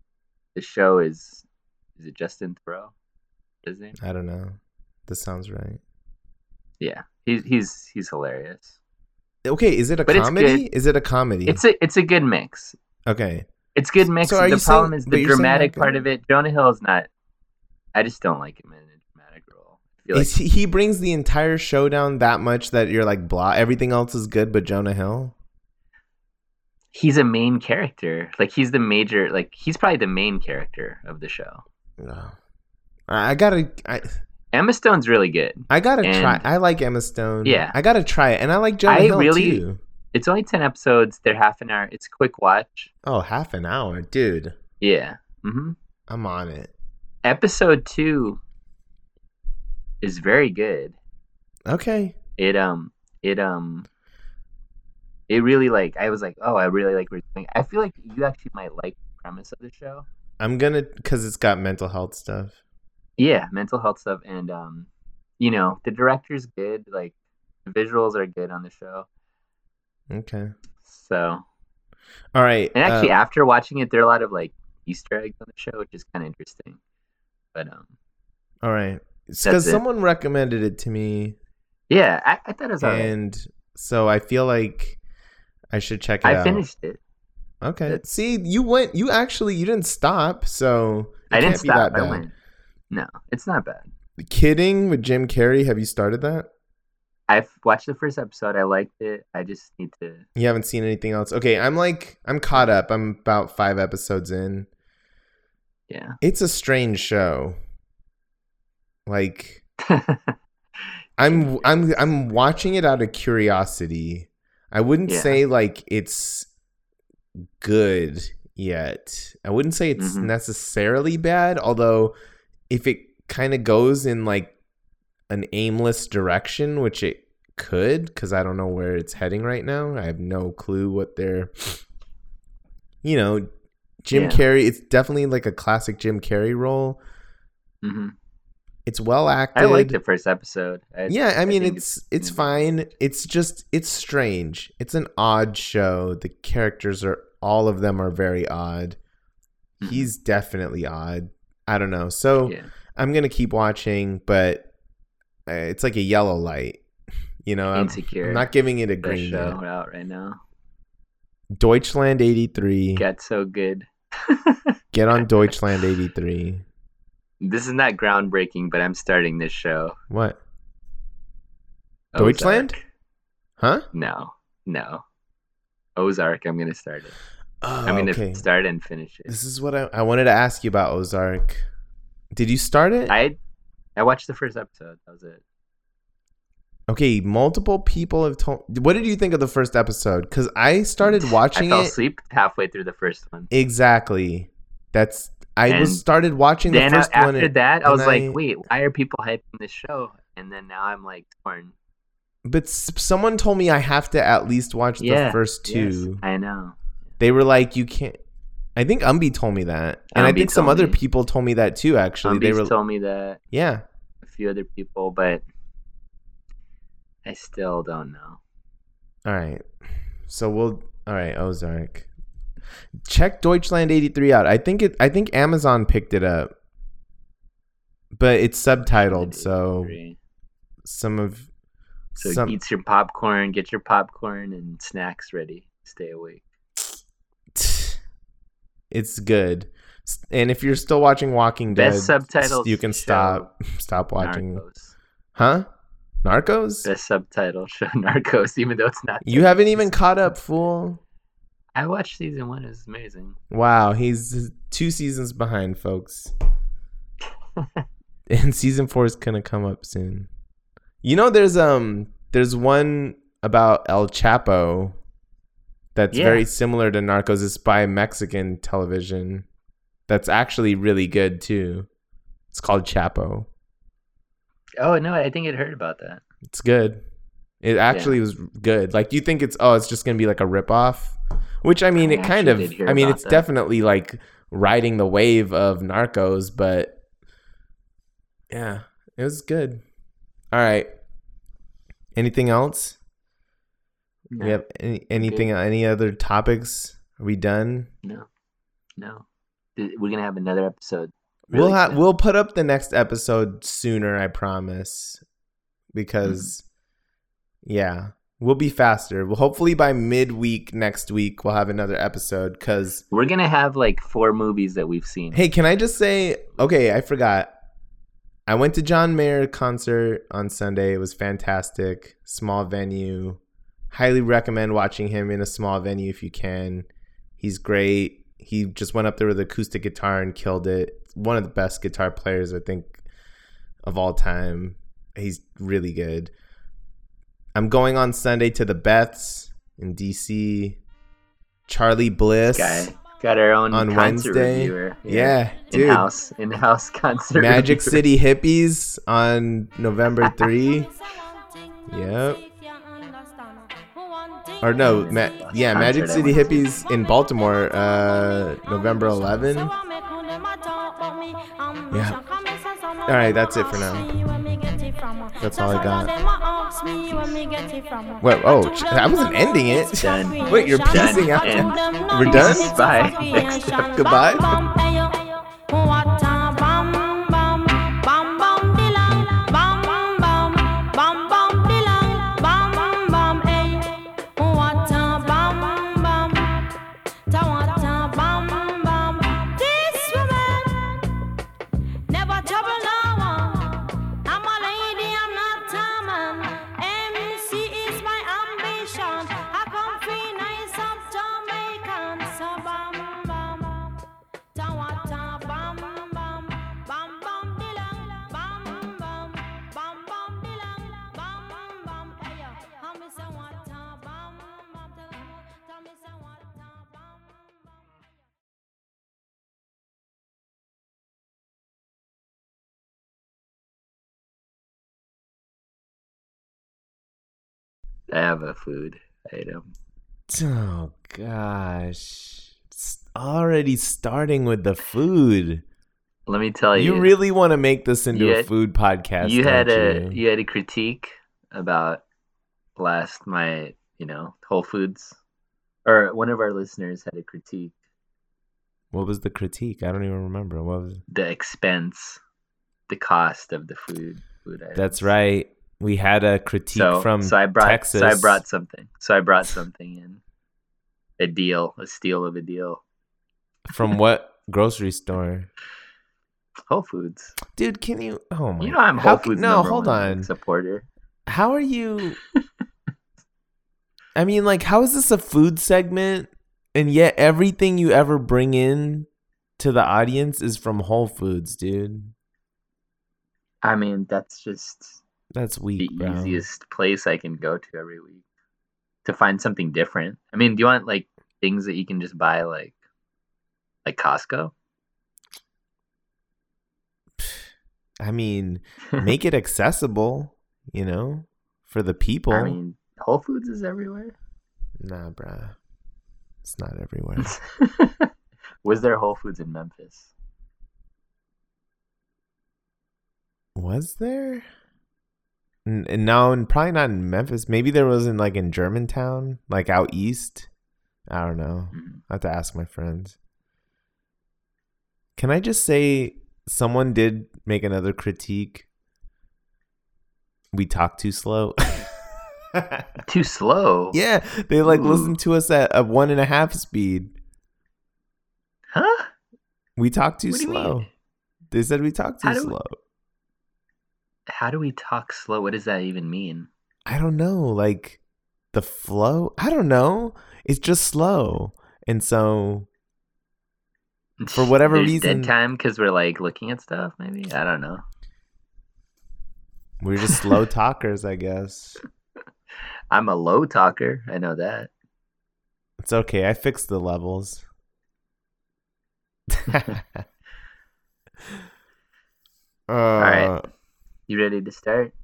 A: the show is is it justin thoreau his name
B: I don't know. This sounds right.
A: yeah he's he's he's hilarious
B: Okay, is it a
A: But it's
B: comedy?
A: good.
B: Is it a comedy?
A: it's a it's a good mix
B: okay.
A: it's good mix
B: So are
A: the
B: you saying-
A: problem is
B: but
A: the
B: you're saying
A: dramatic
B: like,
A: part
B: uh,
A: of it jonah hill is not i just don't like him in a dramatic role I feel like
B: Is he, he brings the entire show down that much that you're like blah. Everything else is good, but Jonah Hill.
A: he's a main character like he's the major like he's probably the main character of the show
B: No. I I gotta, I,
A: Emma Stone's really good.
B: I gotta
A: And-
B: try. I like Emma Stone.
A: Yeah.
B: I gotta try it, and I like Jonah
A: I
B: Hill
A: really-
B: too.
A: It's only ten episodes. They're half an hour. It's a quick watch.
B: Oh, half an hour, dude.
A: Yeah. hmm
B: I'm on it.
A: Episode two is very good.
B: Okay.
A: It um it um it really like I was like oh I really like what it's doing. I feel like you actually might like the premise of the show.
B: I'm gonna because it's got mental health stuff.
A: Yeah, mental health stuff and um you know the director's good. Like the visuals are good on the show.
B: Okay.
A: So
B: All right.
A: And actually,
B: uh,
A: after watching it, there are a lot of like Easter eggs on the show, which is kind of interesting. But um,
B: all right. Because
A: That's it.
B: someone recommended it to me,
A: yeah, I, I thought it was alright.
B: and so I feel like I should check it
A: I
B: out.
A: finished it.
B: Okay.
A: That's-
B: See, you went. You actually you didn't stop, so it
A: I didn't
B: can't be
A: stop.
B: that
A: I
B: bad.
A: went. No, it's not bad.
B: Kidding with Jim Carrey. Have you started that?
A: I watched the first episode. I liked it. I just need to.
B: You haven't seen anything else. Okay, I'm like I'm caught up. I'm about five episodes in.
A: Yeah.
B: It's a strange show. Like I'm I'm I'm watching it out of curiosity. I wouldn't
A: Yeah.
B: say like it's good yet. I wouldn't say it's
A: Mhm.
B: necessarily bad, although if it kind of goes in like an aimless direction, which it could cuz I don't know where it's heading right now. I have no clue what they're you know Jim
A: Yeah.
B: Carrey. It's definitely like a classic Jim Carrey role.
A: hmm
B: It's well acted.
A: I liked the first episode. I,
B: Yeah, I mean
A: think mm.
B: it's it's fine. It's just it's strange. It's an odd show. The characters are all of them are very odd.
A: Mhm.
B: He's definitely odd. I don't know. So
A: Yeah.
B: I'm gonna keep watching, but uh, it's like a yellow light. You know, I'm,
A: Insecure.
B: I'm not giving it a
A: the
B: green.
A: show
B: Light.
A: out right now.
B: Deutschland '83. Get.
A: Got so good.
B: on Deutschland '83.
A: this is not groundbreaking, but I'm starting this show.
B: What?
A: Ozark.
B: Deutschland? Huh?
A: No, no. Ozark. I'm gonna start it.
B: Oh,
A: I'm gonna
B: okay.
A: start and finish it.
B: This is what I, I wanted to ask you about Ozark. Did you start it?
A: I I watched the first episode. That was it.
B: Okay, multiple people have told. What did you think of the first episode? Because I started watching
A: I fell
B: it.
A: asleep halfway through the first one.
B: Exactly. That's. I
A: And
B: was started watching the
A: Then
B: first
A: after
B: one. and-
A: that, I was
B: I-
A: like, wait, why are people hyping this show? And then now I'm like torn.
B: but s- someone told me I have to at least watch
A: Yeah,
B: the first
A: Yes,
B: two.
A: I know.
B: They were like, you can't. I think Umby told me that, and I
A: Umby
B: think some
A: told
B: other
A: me.
B: people told me that too. Actually,
A: Zombies
B: they were.
A: told me that
B: yeah,
A: a few other people, but I still don't know.
B: All right. So we'll all right, Ozark. Check Deutschland 83 out. I think it I think Amazon picked it up. But it's subtitled, so some of
A: So
B: some
A: eat your popcorn, get your popcorn and snacks ready. Stay awake.
B: it's good. S- And if you're still watching Walking Dead,
A: Best subtitles
B: you can
A: show
B: stop stop watching.
A: Narcos.
B: Huh? Narcos?
A: Best subtitle show Narcos, even though it's not.
B: You haven't even caught up, fool.
A: I watched season one. It was amazing.
B: Wow, he's two seasons behind, folks. and season four is gonna come up soon. You know, there's um, there's one about El Chapo that's
A: Yeah.
B: very similar to Narcos. It's by Mexican television. That's actually really good too. It's called Chapo.
A: Oh no, I think I'd heard about that.
B: It's good. It actually was good. Like you think it's oh, it's just gonna be like a ripoff, which I mean,
A: I
B: it kind
A: actually
B: of.
A: did hear
B: I mean,
A: about
B: it's
A: that.
B: definitely like riding the wave of Narcos, but yeah, it was good. All right. Anything else?
A: No,
B: We have any, anything? Any other topics? Are we done?
A: no, no. Th- We're gonna have another episode.
B: we'll
A: Really
B: have
A: soon.
B: we'll put up the next episode sooner, I promise, because yeah, we'll be faster. Well, hopefully by midweek next week we'll have another episode. Because
A: We're gonna have like four movies that we've seen.
B: hey, can I just say? Okay, I forgot. I went to John Mayer concert on Sunday. It was fantastic. Small venue. Highly recommend watching him in a small venue if you can. He's great. He just went up there with acoustic guitar and killed it. One of the best guitar players I think of all time. He's really good. I'm going on Sunday to the Beths in DC. Charlie Bliss.
A: Guy got our own
B: On
A: concert
B: Wednesday?
A: reviewer.
B: Yeah,
A: in
B: dude.
A: house, in house concert.
B: Magic
A: reviewer.
B: City Hippies on November 3. Yep. Or no, ma- yeah, Magic
A: Concert, I
B: City
A: wanna
B: Hippies in Baltimore, uh, November 11.
C: Yeah.
B: All right, that's it for now.
C: That's all I got.
B: Wait, oh, ch- I wasn't ending it.
A: Done.
B: Wait, you're
C: Done.
B: piecing out.
A: And-
B: We're done?
A: Bye.
B: Goodbye.
C: This woman Never trouble no one. I'm a lady, I'm not a man. MC is my ambition. I come free, nice of Jamaican. So bam bam, tawa ta bam bam, bam bam dilang, bam bam, bam bam dilang, bam bam. Hey yo, tell me some what ta bam bam, tell me some what ta bam bam.
A: I have a food item.
B: Oh gosh. S- already starting with the food.
A: Let me tell you,
B: You really want to make this into
A: You
B: a
A: had-
B: food podcast.
A: Oh, you had
B: don't
A: a
B: you?
A: you had a critique about last my you know Whole Foods, or one of our listeners had a critique
B: What was the critique? I don't even remember. What was
A: the expense, the cost of the food. food items.
B: That's right. We had a critique
A: So
B: from
A: so I brought
B: Texas.
A: so I brought something so I brought something in a deal a steal of a deal
B: from what grocery store?
A: Whole Foods.
B: Dude, can you? Oh my!
A: You know I'm
B: how
A: Whole
B: can-
A: Foods.
B: No,
A: number
B: hold
A: one
B: on.
A: Supporter.
B: How are you? I mean, like, how is this a food segment? And yet, everything you ever bring in to the audience is from Whole Foods, dude.
A: I mean that's just
B: That's
A: the
B: weak, bro.
A: easiest place I can go to every week to find something different. I mean, do you want like things that you can just buy like like Costco?
B: I mean, make it accessible, you know, for the people.
A: I mean, Whole Foods is everywhere.
B: nah, bruh. It's not everywhere.
A: Was there Whole Foods in Memphis?
B: Was there? N- n- No, and probably not in Memphis. Maybe there was in like in Germantown, like out east. I don't know.
A: Mhm.
B: I have to ask my friends. Can I just say someone did make another critique? We talk too slow.
A: Too slow.
B: yeah, they like
A: Ooh.
B: listen to us at a one and a half speed.
A: Huh?
B: We talk too
A: What do you
B: slow.
A: mean?
B: They said we talk too
A: How do we-
B: slow.
A: How do we talk slow? What does that even mean?
B: I don't know, like the flow. I don't know. It's just slow, and so For whatever
A: There's
B: reason-
A: dead time because we're like looking at stuff. Maybe I don't know.
B: we're just slow talkers, I guess.
A: I'm a low talker. I know that.
B: It's okay. I fixed the levels.
A: right.
B: Uh,
A: You ready to start?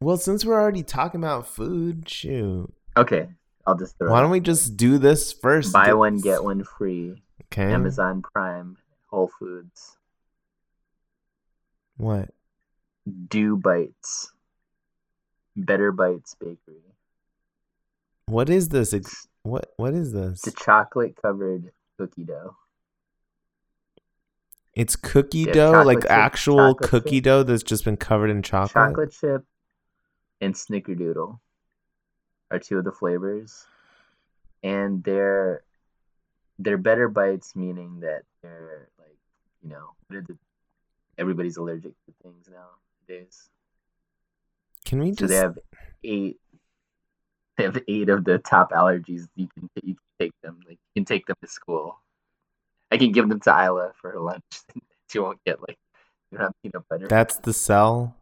B: Well, since we're already talking about food, shoot,
A: Okay, I'll just throw.
B: why
A: it.
B: don't we just do this first?
A: buy one get one free?
B: Okay.
A: Amazon Prime, Whole Foods,
B: What?
A: Do Bites, Better Bites Bakery.
B: What is this? Ex- What? What is this?
A: It's a chocolate covered cookie dough.
B: It's cookie
A: Yeah,
B: dough,
A: chocolate
B: like
A: chip-
B: actual
A: chocolate
B: cookie
A: chip.
B: dough that's just been covered in chocolate.
A: Chocolate chip and snickerdoodle are two of the flavors. And they're they're better bites, meaning that they're like, you know, what are the, everybody's allergic to things nowadays.
B: Can we
A: So
B: just?
A: they have eight. They have eight of the top allergies. You can you can take them. Like you can take them to school. I can give them to Isla for her lunch. she won't get like you don't have peanut butter.
B: that's the sell.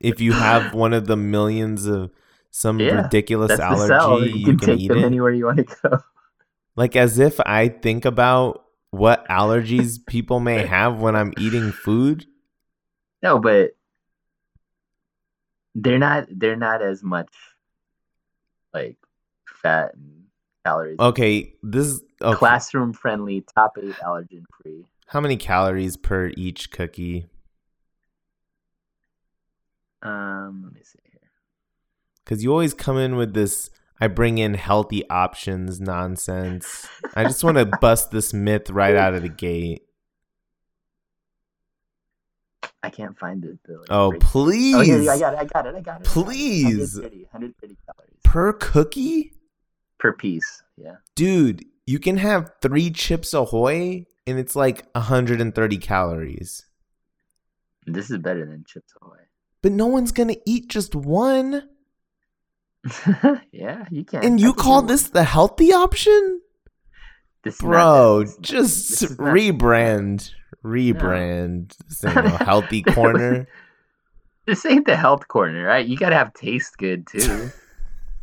B: If you have one of the millions of some
A: Yeah,
B: ridiculous
A: That's the
B: allergy,
A: cell. You can take
B: eat
A: them
B: it.
A: anywhere you want to go.
B: Like as if I think about what allergies people may have when I'm eating food.
A: No, but they're not. They're not as much like fat and calories.
B: Okay, this is okay.
A: Classroom friendly, top eight allergen free.
B: How many calories per each cookie?
A: Um, let me see here.
B: Because you always come in with this. I bring in healthy options nonsense. I just want to bust this myth right out of the gate.
A: I can't find it. The, like,
B: Oh,
A: breakdown.
B: please.
A: Oh, here, here, I got it. I got it. I got it.
B: Please.
A: 130, 130 calories
B: Per cookie?
A: per piece. Yeah.
B: Dude, you can have three chips ahoy and it's like 130 calories.
A: This is better than Chips
B: But no one's going to eat just one.
A: Ahoy. yeah, you can.
B: And
A: I
B: you
A: can
B: call
A: do-
B: this the healthy option?
A: This is not
B: Bro,
A: that- this is-
B: just
A: this is not-
B: rebrand. Rebrand. This ain't no healthy corner.
A: This ain't the health corner, right? You gotta have taste good too.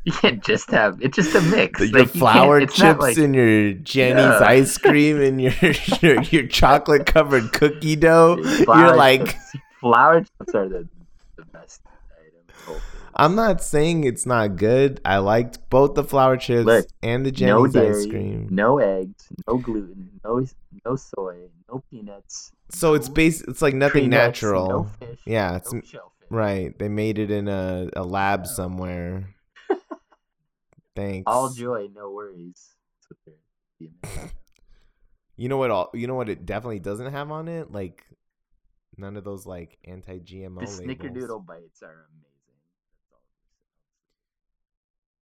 A: you can't just have. It's just a mix.
B: The-
A: Like,
B: your
A: you can't-
B: flour
A: it's not
B: chips
A: like-
B: and your Jenny's
A: Yeah.
B: ice cream and your your, your chocolate covered cookie dough.
A: flour
B: You're like,
A: chips- flour chips are the, the best item. in Whole Foods.
B: I'm not saying it's not good. I liked both the flour chips
A: Look,
B: and the
A: no
B: Jenny's
A: dairy,
B: ice cream.
A: no eggs, no gluten, no no soy, no peanuts.
B: So it's base. It's like nothing
A: tree nuts,
B: natural.
A: No fish.
B: yeah, it's
A: no shellfish.
B: right. They made it in a, a lab somewhere. Thanks.
A: All joy, no worries. That's what they're- yeah.
B: You know what? All you know what? It definitely doesn't have on it. Like none of those like
A: The
B: anti-GMO. labels.
A: snickerdoodle bites are amazing.